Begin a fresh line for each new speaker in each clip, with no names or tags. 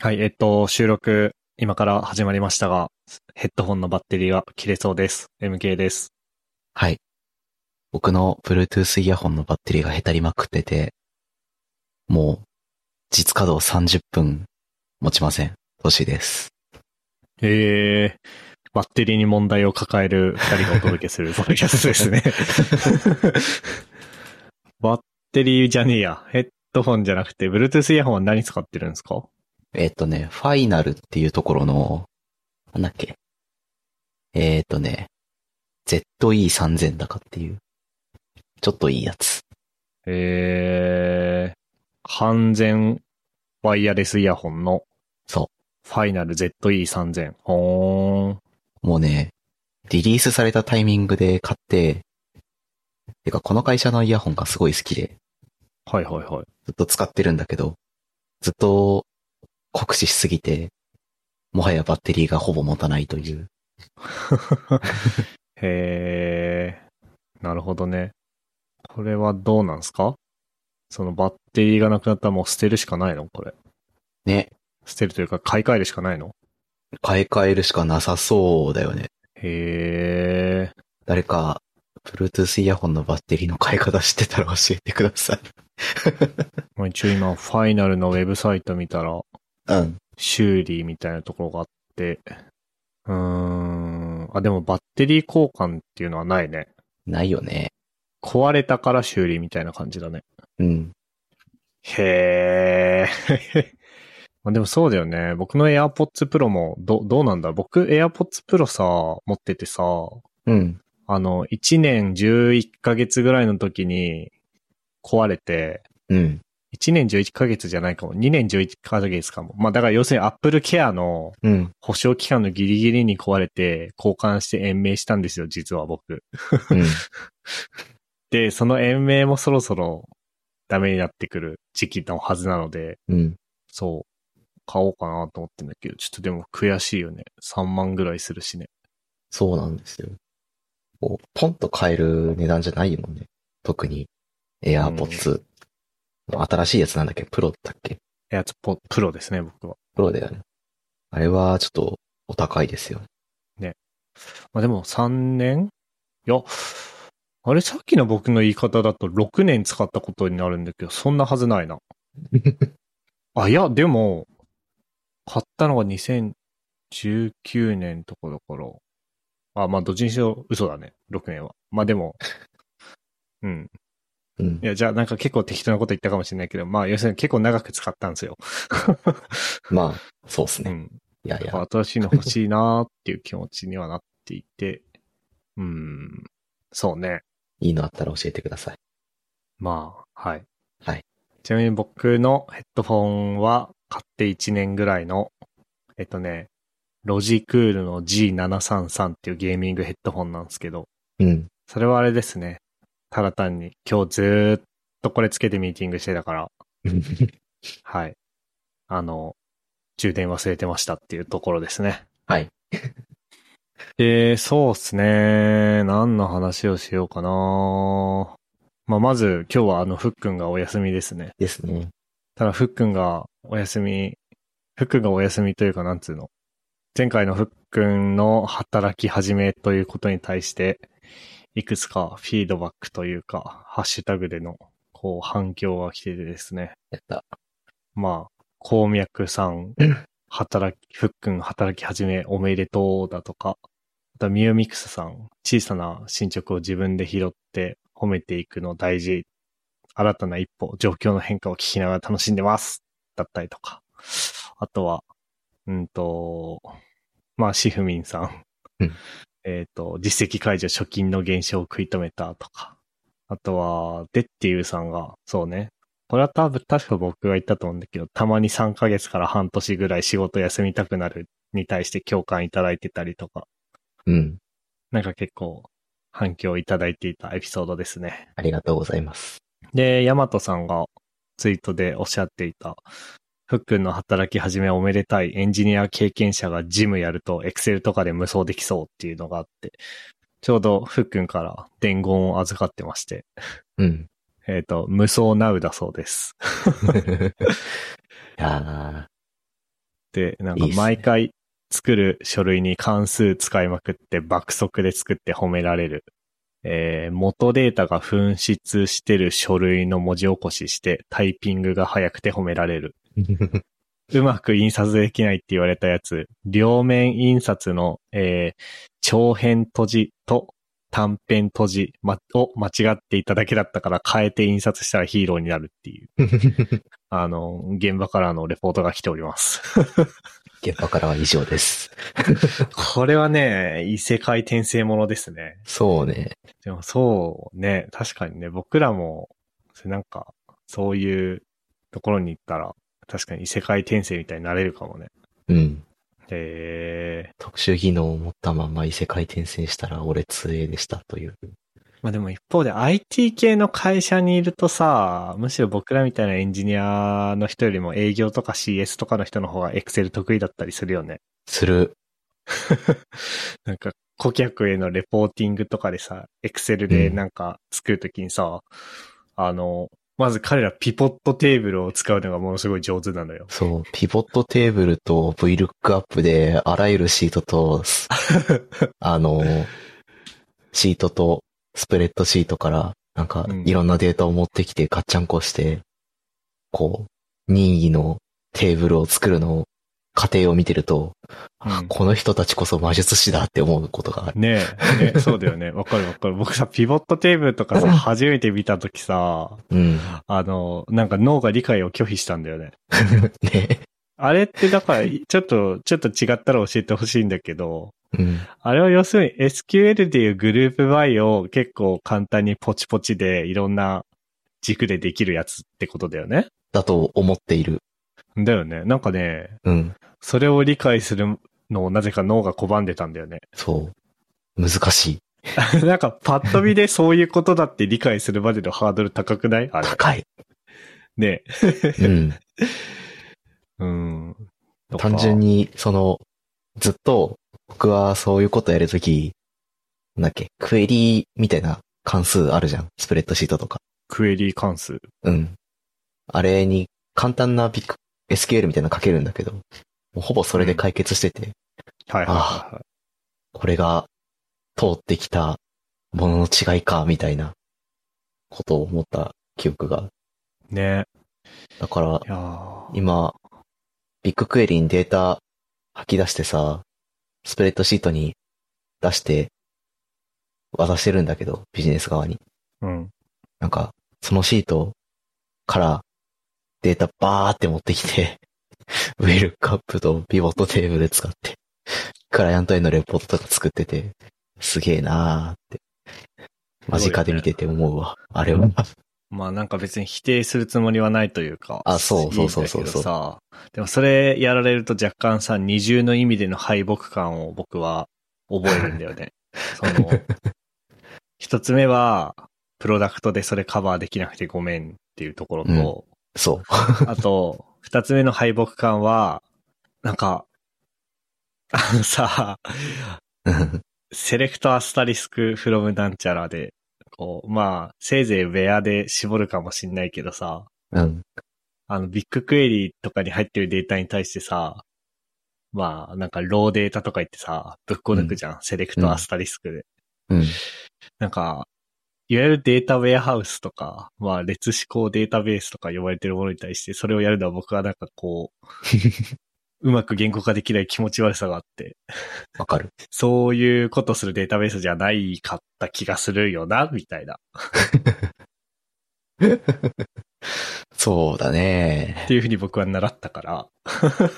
はい、えっと、収録、今から始まりましたが、ヘッドホンのバッテリーは切れそうです。MK です。
はい。僕の Bluetooth イヤホンのバッテリーがへたりまくってて、もう、実稼働30分持ちません。年です。
えー、バッテリーに問題を抱える二人がお届けするポッドキャストですね。バッテリーじゃねえや。ヘッドホンじゃなくて、Bluetooth イヤホンは何使ってるんですか
えっとね、ファイナルっていうところの、なんだっけ。えっとね、ZE3000 だかっていう。ちょっといいやつ。
えー、完全ワイヤレスイヤホンの、。
そう
ファイナル ZE3000。ほーん。
もうね、リリースされたタイミングで買って、てかこの会社のイヤホンがすごい好きで、
はいはいはい。
ずっと使ってるんだけど、ずっと酷使しすぎて、もはやバッテリーがほぼ持たないという。
へー。なるほどね。これはどうなんすかそのバッテリーがなくなったらもう捨てるしかないのこれ。
ね、
捨てるというか買い替えるしかないの
買い替えるしかなさそうだよね。
へー。
誰か、Bluetooth イヤホンのバッテリーの買い方知ってたら教えてください。
まあ、一応今、ファイナルのウェブサイト見たら、
うん。
修理みたいなところがあって、うーん。あ、でもバッテリー交換っていうのはないね。
ないよね。
壊れたから修理みたいな感じだね。
うん。
へー。 まあでもそうだよね。僕の AirPods Pro も、ど、どうなんだ僕 AirPods Pro さ、持っててさ、
うん。
あの、1年11ヶ月ぐらいの時に壊れて、
うん。
1年11ヶ月じゃないかも。2年11ヶ月かも。まあだから要するに Apple Care の
うん。
保証期間のギリギリに壊れて交換して延命したんですよ、実は僕。
うん。
で、その延命もそろそろダメになってくる時期のはずなので、
うん。
そう、買おうかなと思ってんだけど、ちょっとでも悔しいよね。3万ぐらいするしね。
そうなんですよ。こう、ポンと買える値段じゃないもんね。特に、AirPods。新しいやつなんだっけプロだっけ
エアツポ、プロですね、僕は。
プロだよね。あれはちょっとお高いですよ。
まあでも3年いや、あれさっきの僕の言い方だと6年使ったことになるんだけど、そんなはずないな。あ、いや、でも、買ったのが2019年とかだから。あ、まあどっちにしろ嘘だね、6年は。まあでも、うん。
うん
い。や、じゃあなんか結構適当なこと言ったかもしれないけど、まあ要するに結構長く使ったんですよ。
まあ、そうです
う
ね。
ん。
いやいや。
新しいの欲しいなーっていう気持ちにはなっていて、うん。そうね。
いいのあったら教えてください。
まあ、はい。
はい。
ちなみに僕のヘッドフォンは買って1年ぐらいの、えっとね、ロジクールの G733 っていうゲーミングヘッドフォンなんですけど、
うん。
それはあれですね。ただ単に今日ずーっとこれつけてミーティングしてたから、はい。あの、充電忘れてましたっていうところですね。
はい。
えー、そうっすね。何の話をしようかな。まあ、まず今日はあの、ふっくんがお休みですね。
ですね。
ただ、ふっくんがお休み、ふっくんがお休みというか、なんつうの。前回のふっくんの働き始めということに対して、いくつかフィードバックというか、ハッシュタグでの、こう、反響が来ててですね。
やった。
まあ、鉱脈さん、働き、ふっくん働き始めおめでとうだとか、あとはミューミクスさん、小さな進捗を自分で拾って褒めていくの大事。新たな一歩、状況の変化を聞きながら楽しんでます。だったりとか。あとは、うんと、まあ、シフミンさん。
うん
えっと、実績解除、貯金の減少を食い止めたとか。あとは、でっていうさんが、そうね、これは多分、確か僕が言ったと思うんだけど、たまに3ヶ月から半年ぐらい仕事休みたくなるに対して共感いただいてたりとか、
うん。
なんか結構反響いただいていたエピソードですね。
ありがとうございます。
で、ヤマトさんがツイートでおっしゃっていた、ふっくんの働き始めおめでたいエンジニア経験者がジムやるとエクセルとかで無双できそうっていうのがあって、ちょうどふっくんから伝言を預かってまして、
うん。
えっ、と、無双ナウだそうです。
いやー
って、なんか
いいっすね
毎回作る書類に関数使いまくって爆速で作って褒められる。えー元データが紛失してる書類の文字起こししてタイピングが早くて褒められる。うまく印刷できないって言われたやつ、両面印刷の、えー長編閉じと短編閉じまを間違っていただけだったから変えて印刷したらヒーローになるっていう、あの、現場からのレポートが来ております。
現場からは以上です。
これはね、異世界転生ものですね。
そうね。
でもそうね、確かにね、僕らも、それなんか、そういうところに行ったら、確かに異世界転生みたいになれるかもね。
うん。
えー、
特殊技能を持ったまま異世界転生したら俺 2A でしたという。
まあでも一方で IT 系の会社にいるとさ、むしろ僕らみたいなエンジニアの人よりも営業とか CS とかの人の方が Excel 得意だったりするよね。
する。
なんか、顧客へのレポーティングとかでさ、Excel でなんか作るときにさ、あの、まず彼らピポットテーブルを使うのがものすごい上手なのよ。
そう。ピボットテーブルと VLOOKUP であらゆるシー トと、すあの、シートとスプレッドシートからなんか
うん
いろんなデータを持ってきてガッチャンコして、こう、任意のテーブルを作るのを過程を見てると、あ
うん
この人たちこそ魔術師だって思うことがある。
ねえ、ねそうだよ ね。わかるわかる。僕さ、ピボットテーブルとかさ、初めて見たときさ、
うん。
あの、なんか脳が理解を拒否したんだよね。
ね。
あれってだから、ちょっと、ちょっと違ったら教えてほしいんだけど、
うん。
あれは要するに SQL でいうグループバイを結構簡単にポチポチでいろんな軸でできるやつってことだよね。
だと思っている。
だよね。なんかね、
うん。
それを理解するのをなぜか脳が拒んでたんだよね。
そう。難しい。
なんかパッと見でそういうことだって理解するまでのハードル高くないあれ。
高い。
ね。
うん。
うん。とか
単純。に、その、ずっと、僕はそういうことやるとき、なんだっけ、クエリーみたいな関数あるじゃん。スプレッドシートとか。
クエリー関数。
うん。あれに簡単なビッグ SQL みたいなの書けるんだけど、もうほぼそれで解決してて、
はいはいはいはい。
これが通ってきたものの違いか、みたいなことを思った記憶が。
ね。
だから
い、やー
今、ビッグクエリにデータ吐き出してさ、スプレッドシートに出して渡してるんだけど、ビジネス側に。
うん。
なんか、そのシートからデータバーって持ってきて、 ウェルカップとピボットテーブル使って、クライアントへのレポートとか作ってて、すげえなーって、間近で見てて思うわ。あれは。
まあなんか別に否定するつもりはないというか。
あそうそうそうそ
いい
うそう
んだけどさ。でもそれやられると若干さ、二重の意味での敗北感を僕は覚えるんだよね。 その、一つ目は、プロダクトでそれカバーできなくてごめんっていうところと、
そう。
あと、二つ目の敗北感は、なんか、あのさ、セレクトアスタリスクフロムなんちゃらで、こう、まあ、せいぜいウェアで絞るかもしんないけどさ、
うん。
あの、ビッグクエリとかに入ってるデータに対してさ、まあ、なんか、ローデータとか言ってさ、ぶっこ抜くじゃん。セレクトアスタリスクで。
うん。
なんか、いわゆるデータウェアハウスとか、まあ、列指向データベースとか呼ばれてるものに対して、それをやるのは僕はなんかこう、うまく言語化できない気持ち悪さがあって、
わかる。
そういうことするデータベースじゃないかった気がするよな、みたいな。
そうだ
っ
ね。
ていうふうに僕は習ったから。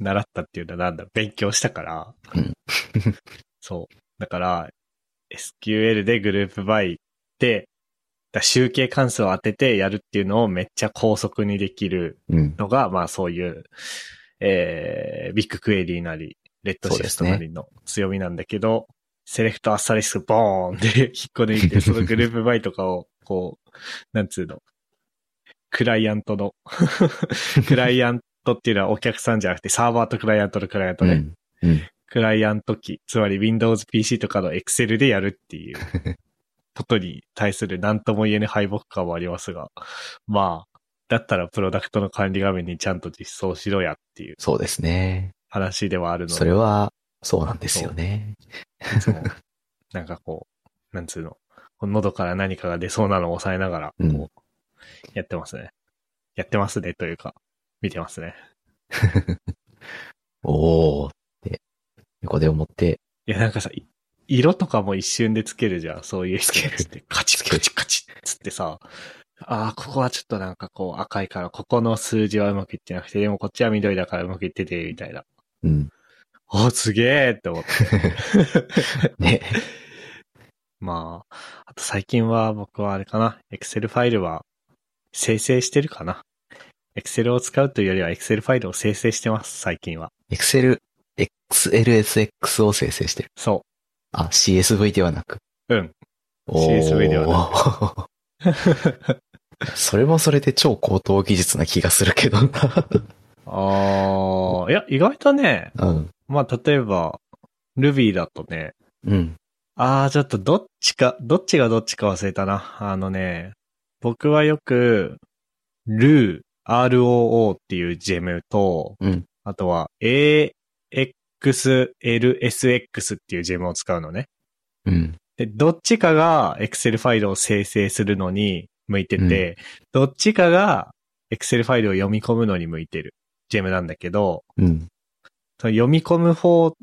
習ったっていうのはなんだろう、勉強したから。
うん
そう。だから、SQL でグループバイで、だ集計関数を当ててやるっていうのをめっちゃ高速にできる
うん。
のが、まあそういう、えー、ビッグクエリーなり、レッドシフトなりの強みなんだけど、セレクトアスタリスクボーンで 引っこ抜いて、そのグループバイとかを、こう、なんつうの、クライアントの、 クライアントっていうのはお客さんじゃなくて、サーバーとクライアントのクライアント
う
ね。
ん。うん。
クライアント機、つまり Windows PC とかの Excel でやるって いうことに対する何とも言えぬ敗北感はありますが、まあ、だったらプロダクトの管理画面にちゃんと実装しろやっていう
そうですね。
話ではあるので、
それは、そうなんです よね。
いつもなんかこう、なんつうの、この喉から何かが出そうなのを抑えながら、
うん
こう、やってますね。やってますねというか、見てますね。
おーって、横で思って、
いや、なんかさ、い色とかも一瞬でつけるじゃん、そういうつけるって。カチッカチッカチッつってさ、ああ、ここはちょっとなんかこう赤いから、ここの数字はうまくいってなくて、でもこっちは緑だからうまくいってて、みたいな。
うん。
おーすげえって 思って。
ね。
まあ、あと最近は僕はあれかな。Excel ファイルは生成してるかな。Excel を使うというよりは Excel ファイルを生成してます、最近は。
Excel、XLSX を生成してる。
そ
あ、CSV ではなく。
う。うん。
おー
CSV では
それもそれで超高等技術な気がするけどな。
ああ、いや、意外とね、
うん。
まあ例えば、Ruby だとね、
うん。
ああ、ちょっとどっちか、どっちがどっちか忘れたな。あのね、僕はよく、ルー、ROO っていうジェムと、
うん。
あとは AXLSX っていうジェムを使うのね。
うん。
で、どっちかが Excel ファイルを生成するのに向いてて、どっちかが Excel ファイルを読み込むのに向いてるジェムなんだけど、
うん。
その読み込む方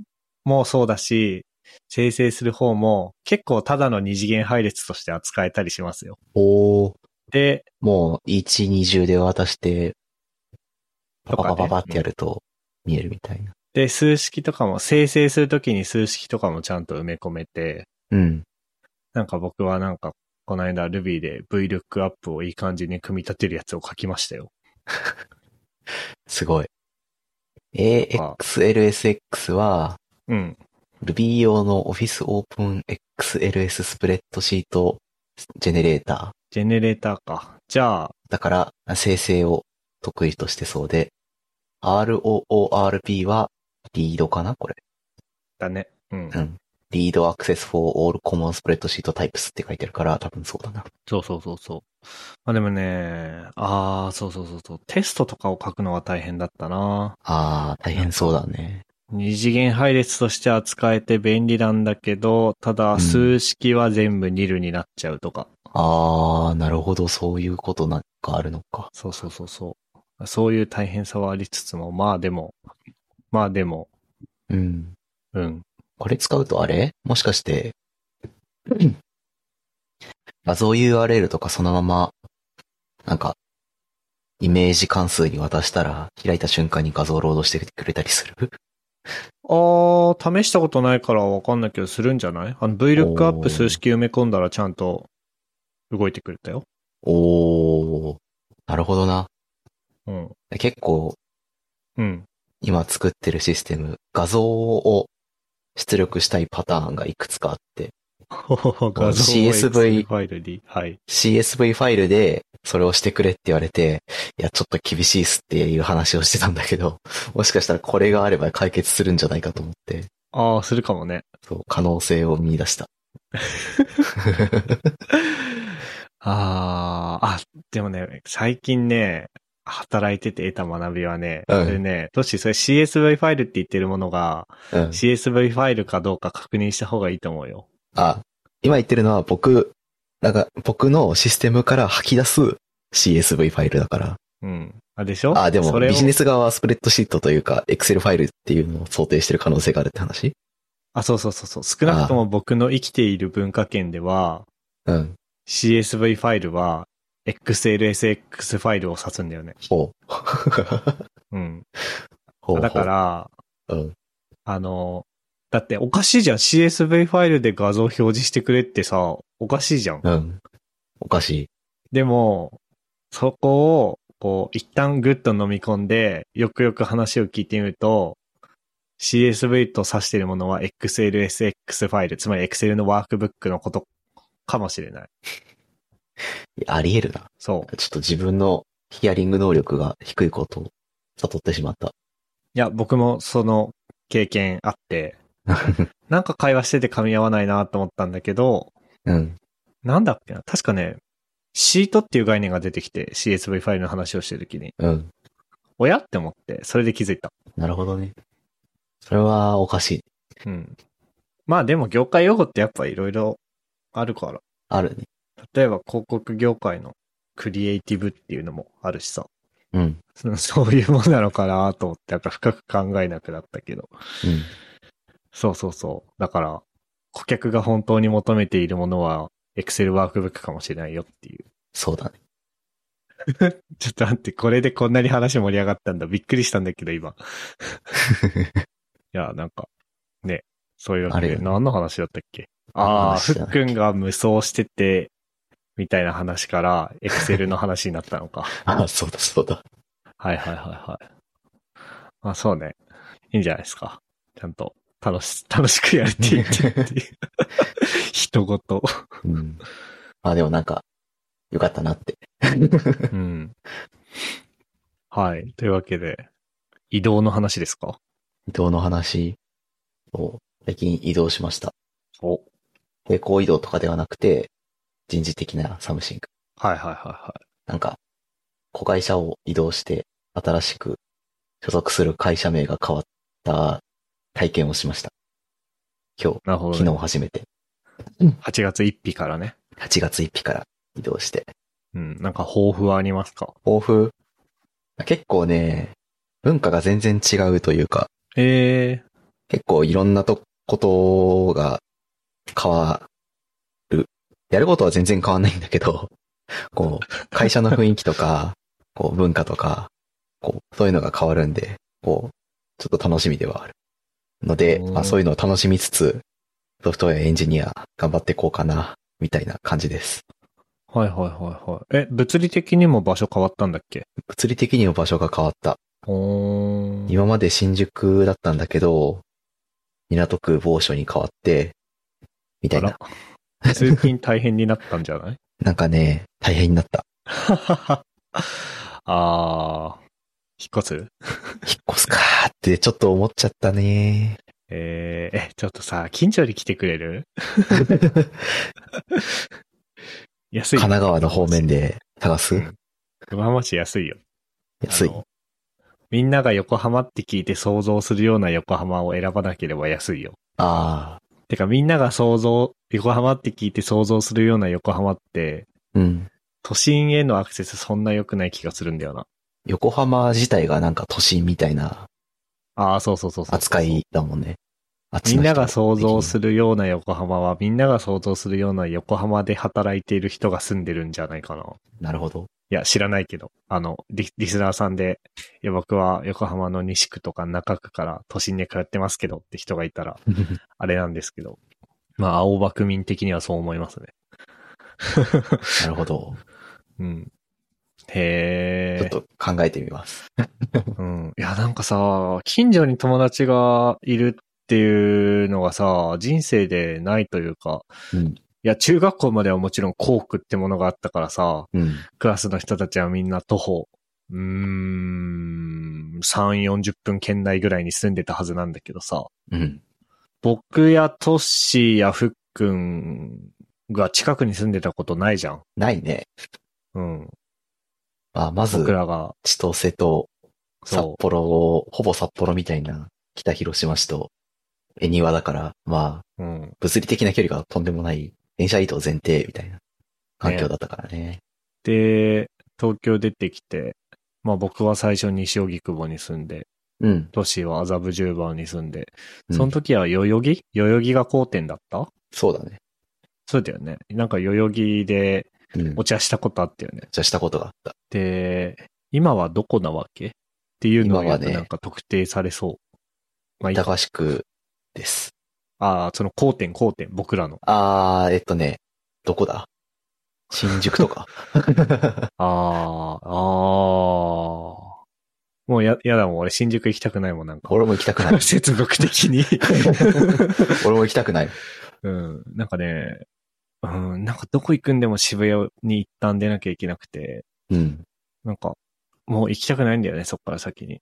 もそうだし、生成する方も結構ただの二次元配列として扱えたりしますよ。
おー、
で、
もう、1、20で渡して、
と
パパ
かね
パパパってやると見えるみたいな。
で、数式とかも、生成するときに数式とかもちゃんと埋め込めて、
うん。
なんか僕はなんか、この間 Ruby で VLOOKUP をいい感じに組み立てるやつを書きましたよ。
すごい。AXLSX は、
うん。
Ruby 用の Office Open XLS スプレッドシートジェネレーター。
ジェネレーターか。じゃあ、
だから、生成を得意としてそうで、ROORP は、リードかなこれ。
だね。うん
う。ん。リードアクセス for all common spread sheet types って書いてあるから、多分そうだな。
そうそうそうそう。まあでもね、ああ、そうそうそうそう。テストとかを書くのは大変だったな。
あー、大変そうだね。
二次元配列として扱えて便利なんだけど、た
う
だ
ん
数式は全部ニルになっちゃうとか。
あー、なるほど、そういうことなんかあるのか。
そうそうそうそう。そういう大変さはありつつも、まあでも、まあでも、
うん。
うん。
これ使うとあれもしかして、 うん画像 URL とかそのまま、なんか、イメージ関数に渡したら、開いた瞬間に画像ロードしてくれたりする
ああ、試したことないからわかんないけど、するんじゃないあの、
お
VLOOKUP
ー
数式埋め込んだらちゃんと動いてくれたよ。
おー、なるほどな。
うん。
結構、
うん。
今作ってるシステム、画像を出力したいパターンがいくつかあって、
画像
CSV
ファイルに。はい。
CSV ファイルでそれをしてくれって言われて、いや、ちょっと厳しいっすっていう話をしてたんだけど、 もしかしたらこれがあれば解決するんじゃないかと思って、
ああ、するかもね。
そう、可能性を見 出した。
ああ、あ、でもね、最近ね、働いてて得た学びはね、
うん
それね、トッシー、それ CSV ファイルって言ってるものが、
うん。
CSV ファイルかどうか確認した方がいいと思うよ。
あ、今言ってるのは僕、なんか、僕のシステムから吐き出す CSV ファイルだから。
うん。あ、でしょ
あ、でも
それを
ビジネス側はスプレッドシートというか、Excel ファイルっていうのを想定してる可能性があるって話
あ、そうそうそうそう。少なくとも僕の生きている文化圏では、
うん。
CSV ファイルは XLSX ファイルを指すんだよね。
ほう。
うん。
ほう
だか、ら、
ほううん。
あの、だっておかしいじゃん。CSV ファイルで画像表示してくれってさ、おかしいじゃん。
うん。おかしい。
でも、そこを、こう、一旦グッと飲み込んで、よくよく話を聞いてみると、CSV と指しているものは XLSX ファイル、つまり Excel のワークブックのことかもしれない。
いやあり得るな。
そう。
ちょっと自分のヒアリング能力が低いことを悟ってしまった。
いや、僕もその経験あって、なんか会話してて噛み合わないなと思ったんだけど、
うん。
なんだっけな確かね、シートっていう概念が出てきて CSV ファイルの話をしてるときに、
うん。
おやって思って、それで気づいた。
なるほどね。それはおかしい。
うん。まあでも業界用語ってやっぱいろいろあるから。
あるね。
例えば広告業界のクリエイティブっていうのもあるしさ。
うん。うん。
そのそういうものなのかなと思って、なんか深く考えなくなったけど。そうそうそう。だから、顧客が本当に求めているものは Excel ワークブックかもしれないよっていう。
そうだね。
ちょっと待って、これでこんなに話盛り上がったんだ。びっくりしたんだけど、 今。いや、なんか、ね、そういうわけ
あれ
で、
よね
何の話だったっけああ、ふ
話じゃ
っ
な
く
い
んが無双してて、みたいな話から、エクセルの話になったのか。
あ、そうだそうだ。
はいはいはいはい。まあそうね。いいんじゃないですか。ちゃんと、楽し、楽しくやれていってって いう。人ごと。
うん。まあでもなんか、よかったなって。
うん。はい。というわけで、移動の話ですか
移動の話を最近移動しました。
お。
平行移動とかではなくて、人事的なサムシング。
はいはいはいは
なんか、子会社を移動して、新しく所属する会社名が変わった体験をしました。今日、
い。なるほど、
昨
ね。
日初めて、
8月1日からね。
8月1日から移動して。
うん。なんか抱負はありますか
豊富結構ね、文化が全然違うというか、
ええ
結構いろんなとことが変わる。やることは全然変わんないんだけど、こう、会社の雰囲気とか、こう、文化とか、こう、そういうのが変わるんで、こう、ちょっと楽しみではある。ので、
うん
まあそういうのを楽しみつつ、ソフトウェアエンジニア頑張っていこうかな、みたいな感じです。
はいはいはいはい。え、物理的にも場所変わったんだっけ
物理的にも場所が変わった。
おー。
今まで新宿だったんだけど、港区某所に変わって、みたいな。
あら通勤大変になったんじゃない
なんかね、大変になった。
あー。引っ越す
引っ越すかーってちょっと思っちゃったね。
えー、え、ちょっとさ、近所に来てくれる
神
安い。
奈川の方面で探す
うん横浜市安いよ。
安い
あ。のみんなが横浜って聞いて想像するような横浜を選ばなければ安いよ。
ああ。
てかみんなが想像、横浜って聞いて想像するような横浜って、
うん。
都心へのアクセスそんな良くない気がするんだよな。
横浜自体がなんか都心みたいな
ああ、そうそうそうそう
扱いだもんね。あっち
み
の人
んなが想像す
的
るような横浜は、みんなが想像するような横浜で働いている人が住んでるんじゃないかな。
になる ほど。
いや、知らないけど、あの、リリスナーさんで、いや、僕は横浜の西区とか中区から都心に通ってますけどって人がいたら、あれなんですけど、まあ、青葉区民的にはそう思いますね。
なるほど。
うん。へえ。
ちょっと考えてみます。
うん。いや、なんかさ、近所に友達がいるっていうのがさ、人生でないというか、
うん。
いや、中学校まではもちろん校区ってものがあったからさ、
うん。
クラスの人たちはみんな徒歩、うーん、3、40分圏内ぐらいに住んでたはずなんだけどさ、
うん。
僕やトッシーやフックンが近くに住んでたことないじゃん。
ないね。
うん。
まあ、まず
僕、らが、
千歳と札
そう。
幌を、ほぼ札幌みたいな北広島市と恵庭だから、まあ、
うん。
物理的な距離がとんでもない電車移動前提みたいな環境だったからね。
で、東京出てきて、まあ僕は最初西荻窪に住んで、
うん。
都市は麻布十番に住んで、
うん
その時は代々木、代々木が交点だった
そうだね。
そうだよね。なんか代々木で
うん。
お茶したことあったよね。
じゃあしたことがあった。
で、今はどこなわけっていうの
今
が
はね
なんか特定されそう。まあいい
板橋区です。
ああ、その交点交点、僕らの。
あー、えっとね、どこだ新宿と か。
ああ、ああ。もうや、やだもん、俺新宿行きたくないもん、なんか。。
俺も行きたくない
接続的に。
俺も行きたくない。
うん、なんかね、うん、なんかどこ行くんでも渋谷に一旦出なきゃいけなくて、
うん。
なんか、もう行きたくないんだよね、そっから先 に。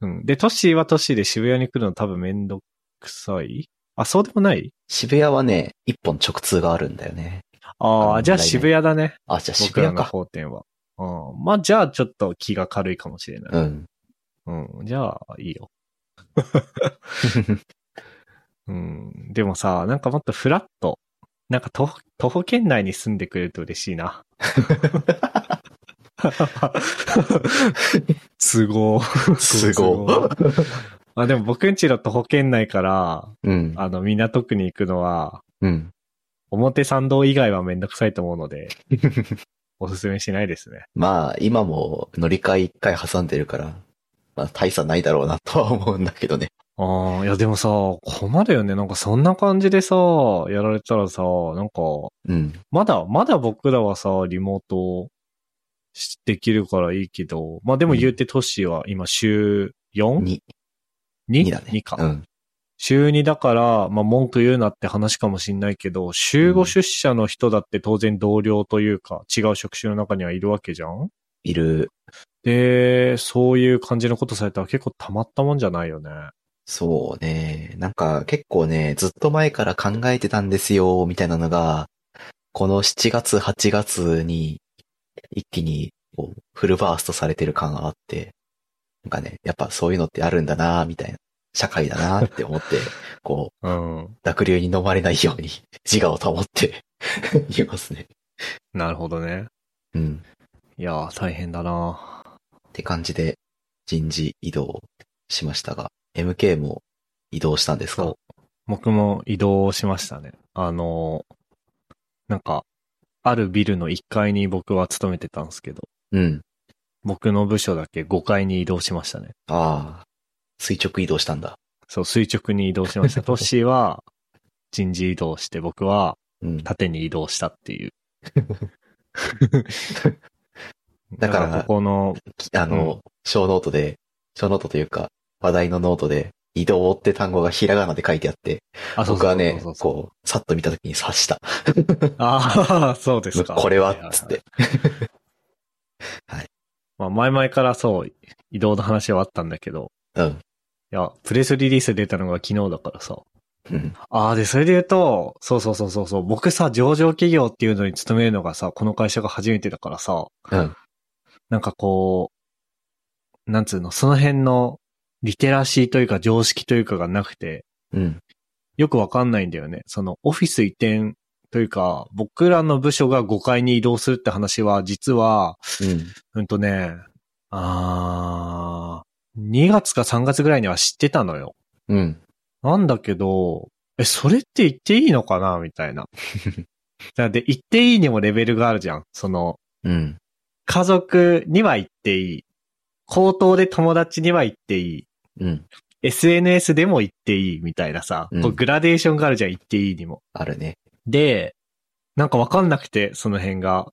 うん。で、都市は都市で渋谷に来るの多分めんどくさいあ、そうでもない
渋谷はね、一本直通があるんだよね。
あ
あ
あ、じゃあ渋谷だね。
あ、じゃあ渋
僕ら
谷
の
か。
方店は。うん。まあ、じゃあちょっと気が軽いかもしれな
う
い。
ん。
うん。じゃあ、いいよ。うん。でもさ、なんかもっとフラット。なんか徒歩、徒歩圏内に住んでくれると嬉しいな。すごー
すご
ーあ、でも僕んちの徒歩圏内から、
うん。
あの、港区に行くのは、
うん。
表参道以外はめんどくさいと思うので、おすすめしないですね。
まあ、今も乗り換え一回挟んでるから、まあ、大差ないだろうなとは思うんだけどね。
ああ、いやでもさ、困るよね。なんかそんな感じでさ、やられたらさ、なんか、
うん。
まだ、まだ僕らはさ、リモートしできるからいいけど、まあでも言うて都市は今週 4?2?2
に、にだね。
か、
うん。
週2だから、まあ文句言うなって話かもしんないけど、週
うん
5出社の人だって当然同僚というか、違う職種の中にはいるわけじゃん
いる、
で、そういう感じのことされたら結構たまったもんじゃないよね。
そうね。なんか結構ね、ずっと前から考えてたんですよ、みたいなのが、この7月、8月に、一気にこうフルバーストされてる感があって、なんかね、やっぱそういうのってあるんだな、みたいな。社会だなって思って、こう、
うん。
濁流に飲まれないように自我を保って 言いますね。
なるほどね。
うん。
いやー、大変だな
って感じで人事移動しましたが、MK も移動したんですか
そ僕も移動しましたね。あのーなんか、あるビルの1階に僕は勤めてたんですけど、
うん。
僕の部署だけ5階に移動しましたね。
ああ、垂直移動したんだ。
そう、垂直に移動しま した。トッシーは人事移動して、僕は
うん。
縦に移動したっていう。
だから
ここの、
きあの、
う
小ノートで、小ノートというか、話題のノートで、移動って単語がひらがなで書いてあって、
あ
僕は
そう
ね、
そうそうそう
こう、さっと見た時に察した。
ああ、そうですか。
これは
はい、はい
つって。
まあ、前々からそう、移動の話はあったんだけど、
うん。
いや、プレスリリース出たのが昨日だからさ。
うん。
ああ、で、それで言うと、そうそうそうそうそう、僕さ、上場企業っていうのに勤めるのがさ、この会社が初めてだからさ、
うん。
なんかこう、なんつうの、その辺のリテラシーというか常識というかがなくて、
うん。
よくわかんないんだよね。その、オフィス移転というか、僕らの部署が5階に移動するって話は、実は、
うん。
うんとね、あー、2月か3月ぐらいには知ってたのよ。
うん。
なんだけど、え、それって言っていいのかなみた いな。だって言っていいにもレベルがあるじゃん。その、
うん。
家族には言っていい。口頭で友達には言っていい。
うん。
SNS でも言っていいみたいなさ、
うん
こうグラデーションがあるじゃん、言っていいにも。
あるね。
で、なんかわかんなくて、その辺が。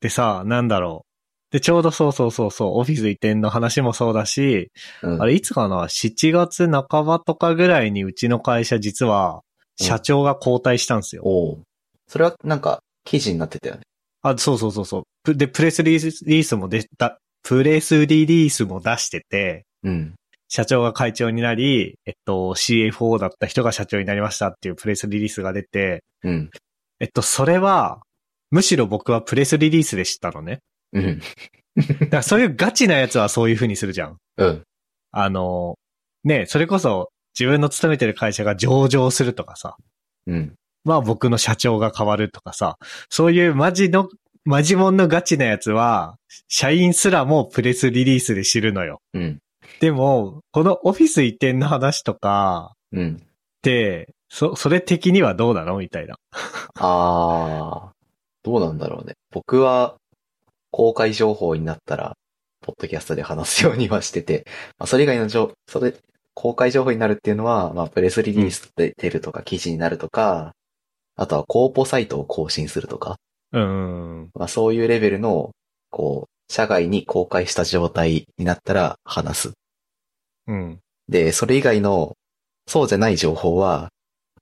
でさ、なんだろう。で、ちょうどそうそうそうそう、オフィス移転の話もそうだし、
うん。
あれ、いつかな ?7 月半ばとかぐらいにうちの会社実は、社長が交代したんですよ。
おお。それはなんか記事になってたよね。
あ、そうそうそうそう。プで、プレスリリースも出た、プレスリリースも出してて、
うん。
社長が会長になり、えっと、CFO だった人が社長になりましたっていうプレスリリースが出て、
うん。
えっと、それは、むしろ僕はプレスリリースで知ったの ね。
うん。
だからそういうガチなやつはそういう風にするじゃん。
うん。
あの、ね、それこそ自分の勤めてる会社が上場するとかさ、
うん。
まあ僕の社長が変わるとかさ、そういうマジの、マジモンのガチなやつは、社員すらもプレスリリースで知るのよ。
うん。
でも、このオフィス移転の話とか
うん。
って、そ、それ的にはどうなのみたいな。
あー。どうなんだろうね。僕は、公開情報になったら、ポッドキャストで話すようにはしてて、まあ、それ以外の情、それ、公開情報になるっていうのは、まあ、プレスリリースで出るとか、記事になるとか、あとは公募サイトを更新するとか、
うーん。
まあ、そういうレベルの、こう、社外に公開した状態になったら話す
うん。
で、それ以外の、そうじゃない情報は、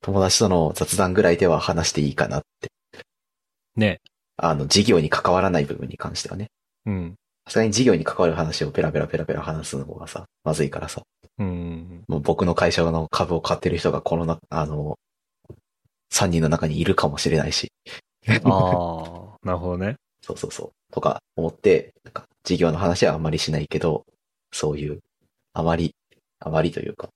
友達との雑談ぐらいでは話していいかなって。
ね。
あの、事業に関わらない部分に関してはね。
うん。
さすがに事業に関わる話をペラペラペラペラ話すのがさ、まずいからさ。
うん。
もう僕の会社の株を買ってる人がこのな、あの、3人の中にいるかもしれないし。
ああ、 なるほどね。
そうそうそう。とか思って、なんか事業の話はあんまりしないけど、そういう、あまり、あまりというか、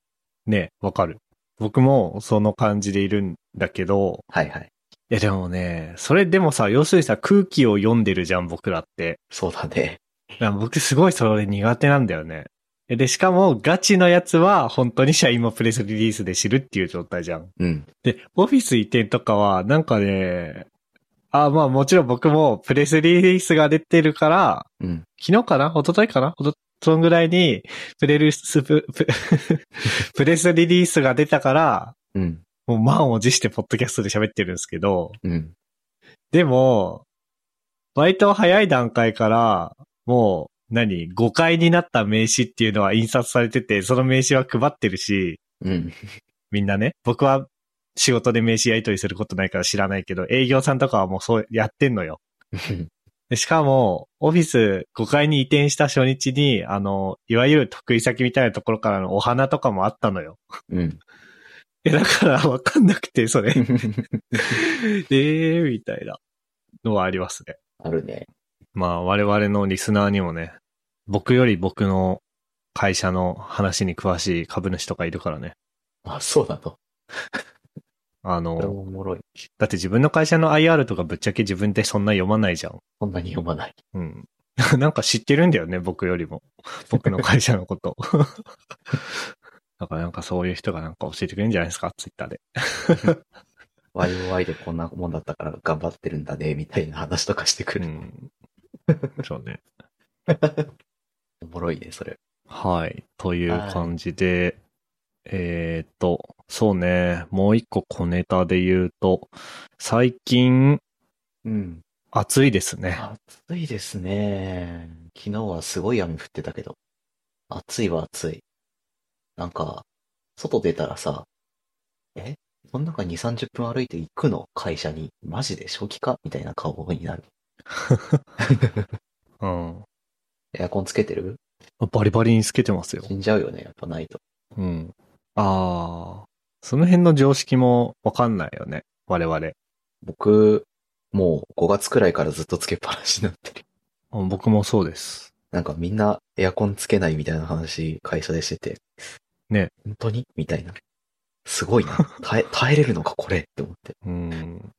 ねわかる。僕もその感じでいるんだけど、
はいはい。
いやでもね、それでもさ、要するにさ、空気を読んでるじゃん、僕らって。
そうだね。
だから僕すごいそれ苦手なんだよね。で、しかもガチのやつは本当に社員もプレスリリースで知るっていう状態じゃん。
うん。
で、オフィス移転とかは、なんかね、あまあもちろん僕もプレスリリースが出てるから、
うん。
昨日かな一昨日かなほどそんぐらいに、プレルスプ、ププレスリリースが出たから、
うん。
もう満を持してポッドキャストで喋ってるんですけど、
うん。
でも、割と早い段階から、もう、何誤解になった名刺っていうのは印刷されてて、その名刺は配ってるし、
うん。
みんなね、僕は仕事で名刺やり取りすることないから知らないけど、営業さんとかはもうそうやってんのよ。でしかも、オフィス5階に移転した初日に、あの、いわゆる得意先みたいなところからのお花とかもあったのよ。
うん。
え、だからわかんなくて、そ れ。えー、みたいなのはありますね。
あるね。
まあ、我々のリスナーにもね、僕より僕の会社の話に詳しい株主とかいるからね。
あ、そうなの。
あ
これ
の、
もおもろい。
だって自分の会社の IR とかぶっちゃけ自分ってそんな読まないじゃん。
そんなに読まない。
うん。 なんか知ってるんだよね、僕よりも。僕の会社のこと。 だからなんかそういう人がなんか教えてくれるんじゃないですか、ツイッターで。
YOY でこんなもんだったから頑張ってるんだね、みたいな話とかしてく
う
る。
ん。そうね。
おもろいね、それ。
はい。という感じで、えーっと、そうね。もう一個小ネタで言うと、最近
うん。
暑いですね。
暑いですね。昨日はすごい雨降ってたけど。暑いは暑い。なんか、外出たらさ、えその中2、30分歩いて行くの会社に。マジで正気かみたいな顔になる。
うん。
エアコンつけてる
バリバリにつけてますよ。
死んじゃうよね、やっぱないと。
うん。ああ。その辺の常識もわかんないよね。我々。
僕、もう5月くらいからずっとつけっぱなしになってる。
うん僕もそうです。
なんかみんなエアコンつけないみたいな話、会社でしてて。
ね。
本当にみたいな。すごいな。耐え、耐えれるのか、これって思って。
うん。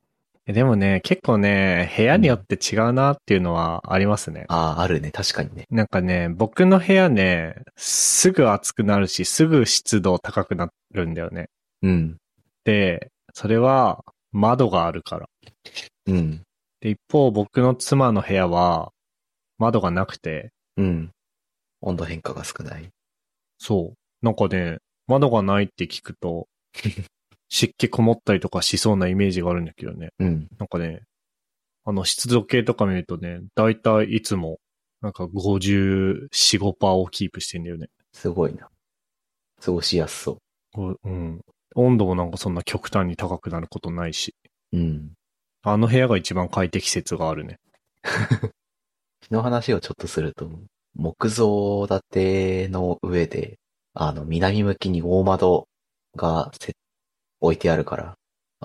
えでもね、結構ね、部屋によって違うなっていうのはありますね。
ああ、あるね。確かにね。
なんかね、僕の部屋ね、すぐ暑くなるし、すぐ湿度高くなるんだよね。
うん。
で、それは窓があるから。
うん。
で、一方僕の妻の部屋は窓がなくて、
うん。温度変化が少ない。
そう。なんかね、窓がないって聞くと、湿気こもったりとかしそうなイメージがあるんだけどね。
うん。
なんかね、あの、湿度計とか見るとね、だいたいいつも、なんか54、5%をキープしてんだよね。
すごいな。過ごしやすそ
こううん。温度もなんかそんな極端に高くなることないし。
う。うん。
あの部屋が一番快適説があるね。
の話をちょっとすると、木造建ての上で、あの、南向きに大窓がせ置いてあるから、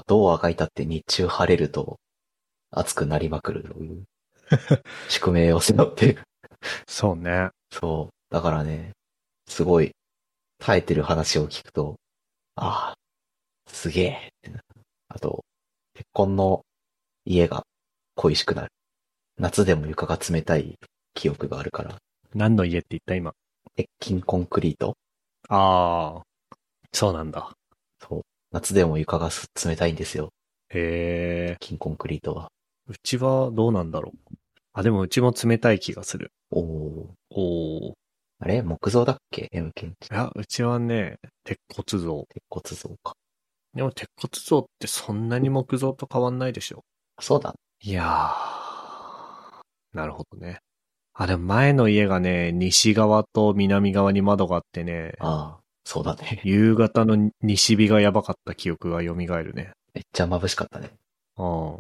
ドアが開いたって日中晴れると暑くなりまくるという宿命を背負っている。
そうね。
そう。だからね、すごい耐えてる話を聞くと、ああ、すげえってな。あと、結婚の家が恋しくなる。夏でも床が冷たい記憶があるから。
何の家って言った今。
鉄筋コンクリート
ああ。そうなんだ。
そう。夏でも床がす冷たいんですよ。
へえ。
鉄筋コンクリートは。
うちはどうなんだろう。あ、でもうちも冷たい気がする。
おお。
おー。
あれ木造だっけ ?M 建築。
いや、うちはね、鉄骨像。
鉄骨造か。
でも鉄骨像ってそんなに木造と変わんないでしょ。
そうだ。
いやー。なるほどね。あ、でも前の家がね、西側と南側に窓があってね、
ああ、そうだね。
夕方の西日がやばかった記憶が蘇るね。
めっちゃ眩しかったね。
う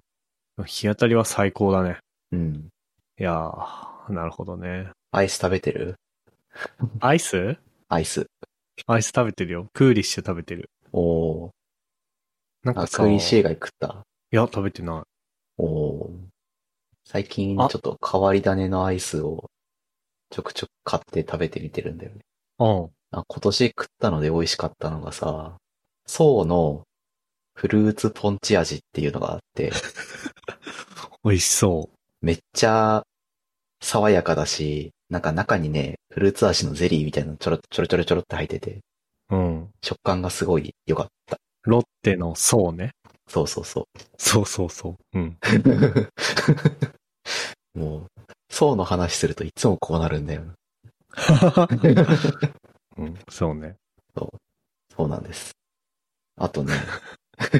ん。日当たりは最高だね。
うん。
いやー、なるほどね。
アイス食べてる
アイス
アイス。
アイス食べてるよ。クーリッシュ食べてる。
おお。
なん
あ、
か
ク
さ、
ーリッシュ
い
以外食った。
や、食べてない。
おー最近ちょ
あ
っと変わり種のアイスをちょくちょく買って食べてみてるんだよね。
うん。
あ今年食ったので美味しかったのがさ、層のフルーツポンチ味っていうのがあって、
美味しそ
めっちゃ爽やかだし、なんか中にね、フルーツ味のゼリーみたいなのちょろちょろちょろちょろって入ってて、
う。うん。
食感がすごい良かった。
ロッテのそうね。
そうそうそう。
そうそうそう。うん。
もう、層の話するといつもこうなるんだよな。
うん、そうね。
そうなんです。あとね、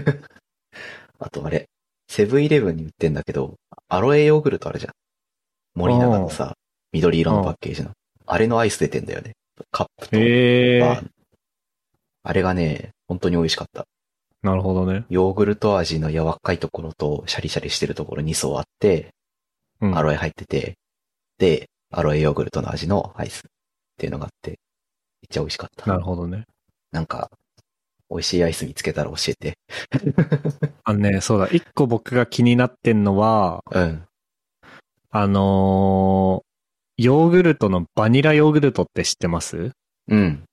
あとあれ、セブンイレブンに売ってんだけど、アロエヨーグルトあるじゃん。森永のさ、緑色のパッケージの。あれのアイス出てんだよね。カップとバーン、
ええー。
あれがね、本当に美味しかった。
なるほどね。
ヨーグルト味の柔らかいところと、シャリシャリしてるところ2層あって、
うん。
アロエ入ってて、で、アロエヨーグルトの味のアイスっていうのがあって、めっちゃ美味しかった。
なるほどね。
なんか、美味しいアイス見つけたら教えて。
あのね、そうだ。一個僕が気になってんのは、
うん。
あのーヨーグルトのバニラヨーグルトって知ってます
うん。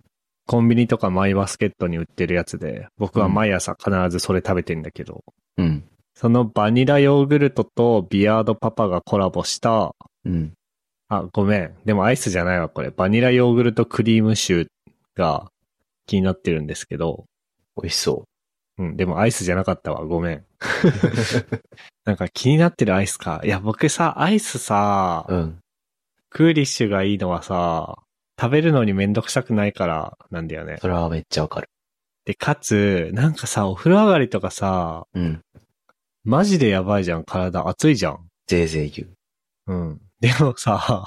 コンビニとかマイバスケットに売ってるやつで、僕は毎朝必ずそれ食べてんだけど、
うん。
そのバニラヨーグルトとビアードパパがコラボした、
うん。
あ、ごめん。でもアイスじゃないわ、これ。バニラヨーグルトクリームシューが気になってるんですけど、
美味しそ
うん、でもアイスじゃなかったわ、ごめん。なんか気になってるアイスか。いや、僕さ、アイスさ、
う。うん。
クーリッシュがいいのはさ、食べるのにめんどくさくないからなんだよね。
それはめっちゃわかる。
で、かつ、なんかさ、お風呂上がりとかさ、
うん。
マジでやばいじゃん、体熱いじゃん。
ぜいぜい言う。
うん。でもさ、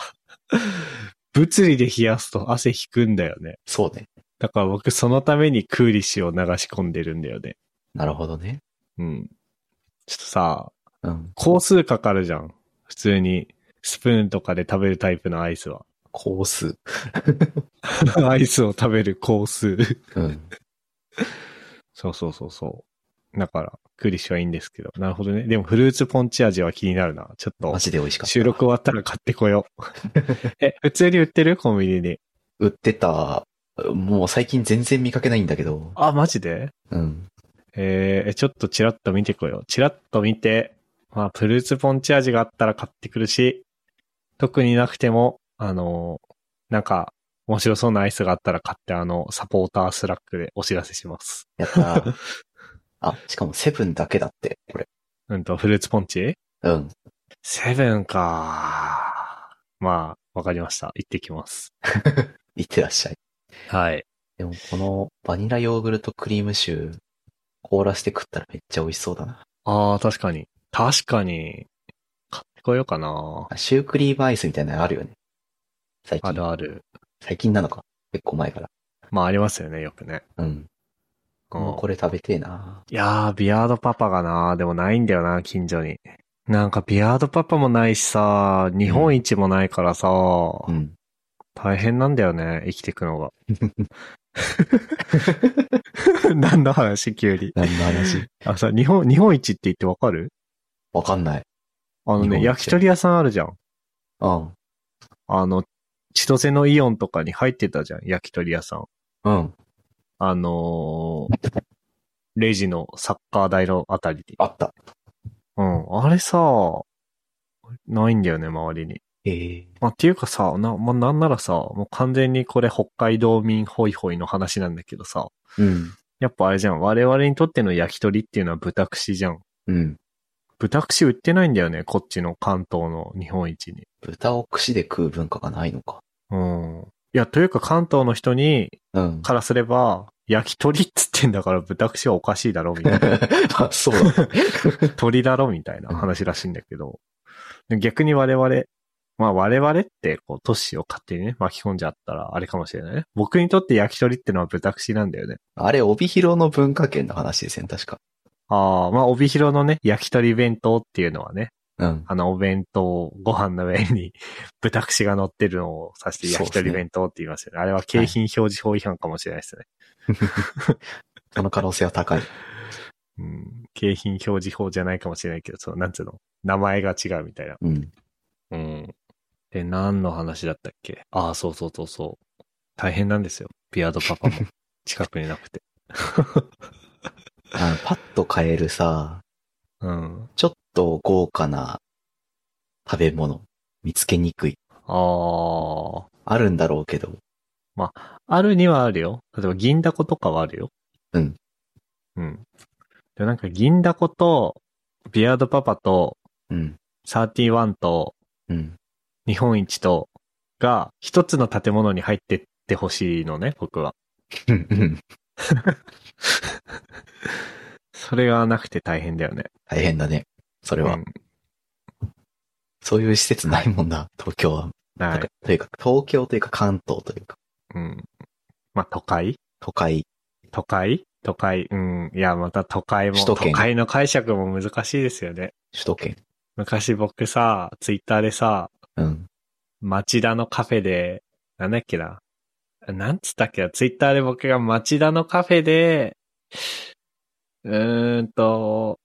物理で冷やすと汗引くんだよね。
そうね。
だから僕そのためにクーリッシュを流し込んでるんだよね。
なるほどね。
うん。ちょっとさ、
うん。
工数かかるじゃん。普通に、スプーンとかで食べるタイプのアイスは。
コース。
アイスを食べる工数。
うん。
そうそうそうそう。だから、クーリッシュはいいんですけど。なるほどね。でもフルーツポンチ味は気になるな。ちょっと
マ、ジで美味しかった。
収録終わったら買ってこよ う。え、普通に売ってるコンビニに。
売ってた、もう最近全然見かけないんだけど。
あ、マジで
うん。
えー、ちょっとチラッと見てこよう。チラッと見て、まあ、フルーツポンチ味があったら買ってくるし、特になくても、あのーなんか、面白そうなアイスがあったら買って、あの、サポータースラックでお知らせします。
やったー。あ、しかもセブンだけだって、これ。
うんと、フルーツポンチ
うん。
セブンかまあ、わかりました。行ってきます。
いってらっしゃい。
はい。
でもこのバニラヨーグルトクリームシュー、凍らせて食ったらめっちゃ美味しそうだな。
ああ、確かに。確かに。買ってこようかな
あシュークリームアイスみたいなのあるよね。最近。
あるある。
最近なのか。結構前から。
まあ、ありますよね、よくね。
うん。
うん
もうこれ食べてえな。
いやー、ビアードパパがな、でもないんだよな、近所に。なんかビアードパパもないしさ、日本一もないからさ、
うん。
大変なんだよね、生きていくのが。 何の話、急に。
何の話
あ、さ、日本、日本一って言ってわかる
わかんない。
あの
日本
ね、
一
焼き鳥屋さんあるじゃん。
うん。
あの、千歳のイオンとかに入ってたじゃん、焼き鳥屋さん。
うん。
あのーレジのサッカー台のあたりに。
あった。
うん、あれさ、ないんだよね、周りに。
ええ
まあ、っていうかさ、な、まあ、なんならさ、もう完全にこれ北海道民ホイホイの話なんだけどさ、
うん。
やっぱあれじゃん、我々にとっての焼き鳥っていうのは豚串じゃん。
うん。
豚串売ってないんだよね、こっちの関東の日本一に。
豚を串で食う文化がないのか。
うん。いや、というか関東の人に、
うん。
からすれば、焼き鳥っつってんだから豚串はおかしいだろ、みた いな。
あ、そうだね。
鳥だろ、みたいな話らしいんだけど。で逆に我々、まあ我々って、こう、都市を勝手にね、巻き込んじゃったら、あれかもしれないね。僕にとって焼き鳥ってのは豚串なんだよね。
あれ、帯広の文化圏の話ですね、確か。
ああ、まあ、帯広のね、焼き鳥弁当っていうのはね、
うん。
あの、お弁当、ご飯の上に 豚串が乗ってるのを指して焼き
そうです
鳥
ね
弁当って言いますよね。あれは景品表示法違反かもしれないですね。
その可能性は高い。
うん、景品表示法じゃないかもしれないけど、その、なんつうの、名前が違うみたいな。
うん。
うん。で、何の話だったっけああ、そうそうそうそう。大変なんですよ。ビアードパパも 近くになくて。
あの、パッと買えるさ、
うん。
ちょっと豪華な食べ物見つけにくい。
ああ。
あるんだろうけど、
あるにはあるよ。例えば銀だことかはあるよ。
うん。
うん。でもなんか銀だこと、ビアードパパと、
うん、
31と、
うん。
日本一と、が、一つの建物に入ってってほしいのね、僕は。
うんうん
それがなくて大変だよね。
大変だね。それ
う
は、
ん。
そういう施設ないもんな、東京は。
な
なん
い
か。というか、東京というか関東というか、
うん。まあ、都会
都会。
都会都会うん。いや、また都会も、
首都
都
圏
会の解釈も難しいですよね。
首都圏。
昔僕さ、ツイッターでさ、
うん。
町田のカフェで、なんだっけな。なんつったっけな。ツイッターで僕が町田のカフェで、うーんと、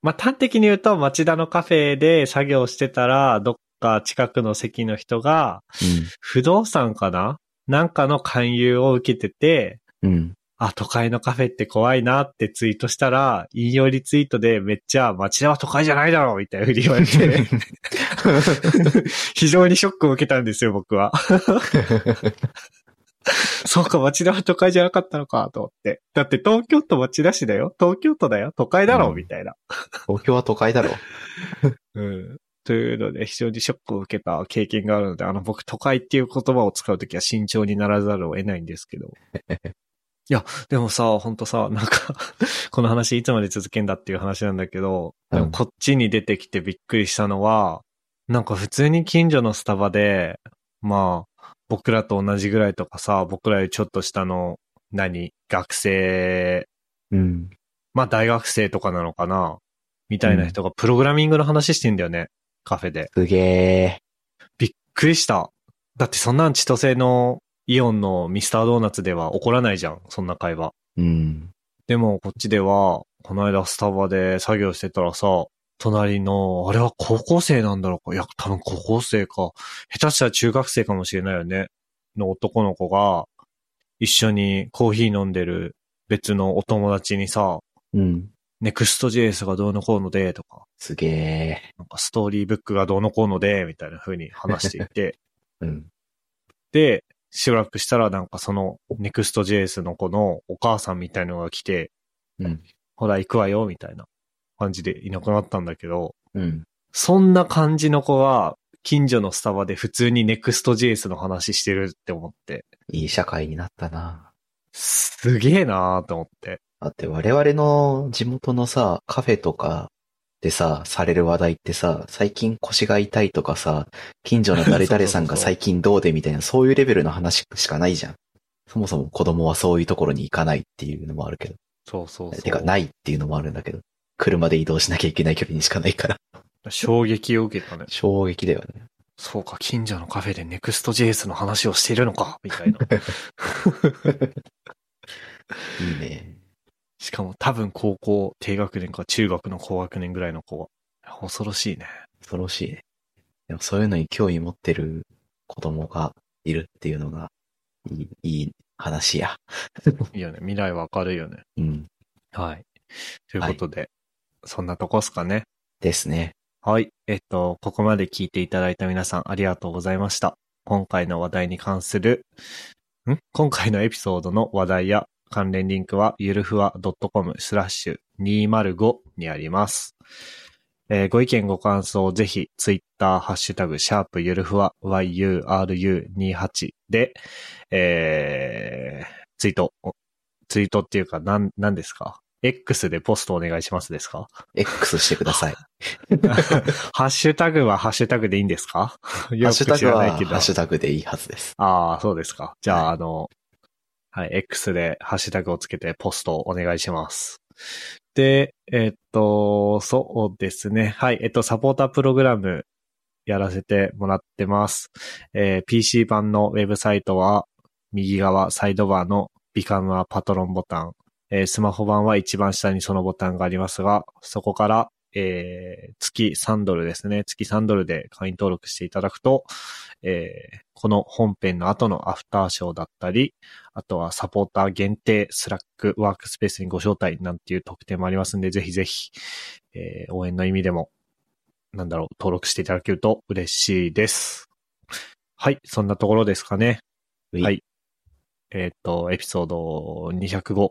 まあ、端的に言うと町田のカフェで作業してたら、どっか近くの席の人が、不動産かななんかの勧誘を受けてて、
うん。うん。
あ、都会のカフェって怖いなってツイートしたら、引用リツイートでめっちゃ町田は都会じゃないだろうみたいなふうに言われ て、 非常にショックを受けたんですよ、僕は。 そうか、町田は都会じゃなかったのか、と思って。だって東京都町田市だよ東京都だよ都会だろ、
うん
みたいな。
東京は都会だろ。
うん。というので、非常にショックを受けた経験があるので、あの、僕、都会っていう言葉を使うときは慎重にならざるを得ないんです けど。いや、でもさ、ほんとさ、なんか、この話いつまで続けんだっていう話なんだけど、で
う
も
ん
こっちに出てきてびっくりしたのは、なんか普通に近所のスタバで、まあ、僕らと同じぐらいとかさ、僕らよりちょっと下の、何、学生
うん。
まあ大学生とかなのかなみたいな人がプログラミングの話してんだよね。カフェで。
すげえ。
びっくりした。だってそんなん千歳のイオンのミスタードーナツでは起こらないじゃん。そんな会話。
うん。
でもこっちでは、この間スタバで作業してたらさ、隣の、あれは高校生なんだろうか。いや、多分高校生か。下手したら中学生かもしれないよね。の男の子が、一緒にコーヒー飲んでる別のお友達にさ、
うん。
ネクスト JS がどうのこうので、とか、
すげえ。
なんかストーリーブックがどうのこうので、みたいな風に話していて、
うん。
で、しばらくしたらなんかその NEXTJS の子のお母さんみたいのが来て、
うん。
ほら行くわよ、みたいな感じでいなくなったんだけど、
うん。
そんな感じの子が近所のスタバで普通に NEXTJS の話してるって思って、
いい社会になったな。
すげえなーと思って。
だって我々の地元のさ、カフェとかでさ、される話題ってさ、最近腰が痛いとかさ、近所の誰
そ
々さん
うそうそ
が
うそう
最近どうでみたいな、そういうレベルの話しかないじゃん。そもそも子供はそういうところに行かないっていうのもあるけど。
そうそうそう。
てか、ないっていうのもあるんだけど。車で移動しなきゃいけない距離にしかな いから。
衝撃を受けたね。
衝撃だよね。
そうか、近所のカフェで NEXTJS の話をしているのか、みたいな。
いいね。
しかも多分高校、低学年か中学の高学年ぐらいの子は。恐ろしいね。
恐ろしいね。でもそういうのに興味持ってる子供がいるっていうのが、いい、いい話や。
いいよね。未来は明るいよね。
うん。
はい。ということで、そんなとこっすかね。
ですね。
はい。えっと、ここまで聞いていただいた皆さんありがとうございました。今回の話題に関する、ん今回のエピソードの話題や関連リンクは、ゆるふわ .com スラッシュ205にあります。えーご意見ご感想をぜひ、ツイッター、ハッシュタグ、シャープゆるふわ yuru28 で、えー、ツイート、おツイートっていうか、なん、なんですか ?X でポストお願いしますですか
X してください。ハ
ハッシュタグはハッシュタグでいいんですか
ッ
よ
シ
く
ュタ
知
グ
ら
は、
な
ハ
いけど。
ッシュタグでいいはずです。
ああ、そうですか。じゃあ、
は
あの、はい、X でハッシュタグをつけてポストをお願いします。で、えっと、そうですね。はい、えっと、サポータープログラムやらせてもらってます。えー PC 版のウェブサイトは、右側サイドバーの Become a Patron ボタン、えースマホ版は一番下にそのボタンがありますが、そこから、えー月3ドルですね。月3ドルで会員登録していただくと、えーこの本編の後のアフターショーだったり、あとはサポーター限定、スラック、ワークスペースにご招待なんていう特典もありますんで、ぜひぜひ、えー応援の意味でも、なんだろう、登録していただけると嬉しいです。はい、そんなところですかね。
うい
はいえっ、と、エピソード205、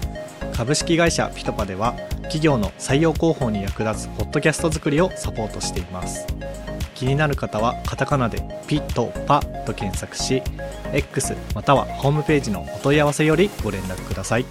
株式会社ピトパでは企業の採用広報に役立つポッドキャスト作りをサポートしています気になる方はカタカナでピトパと検索し X またはホームページのお問い合わせよりご連絡ください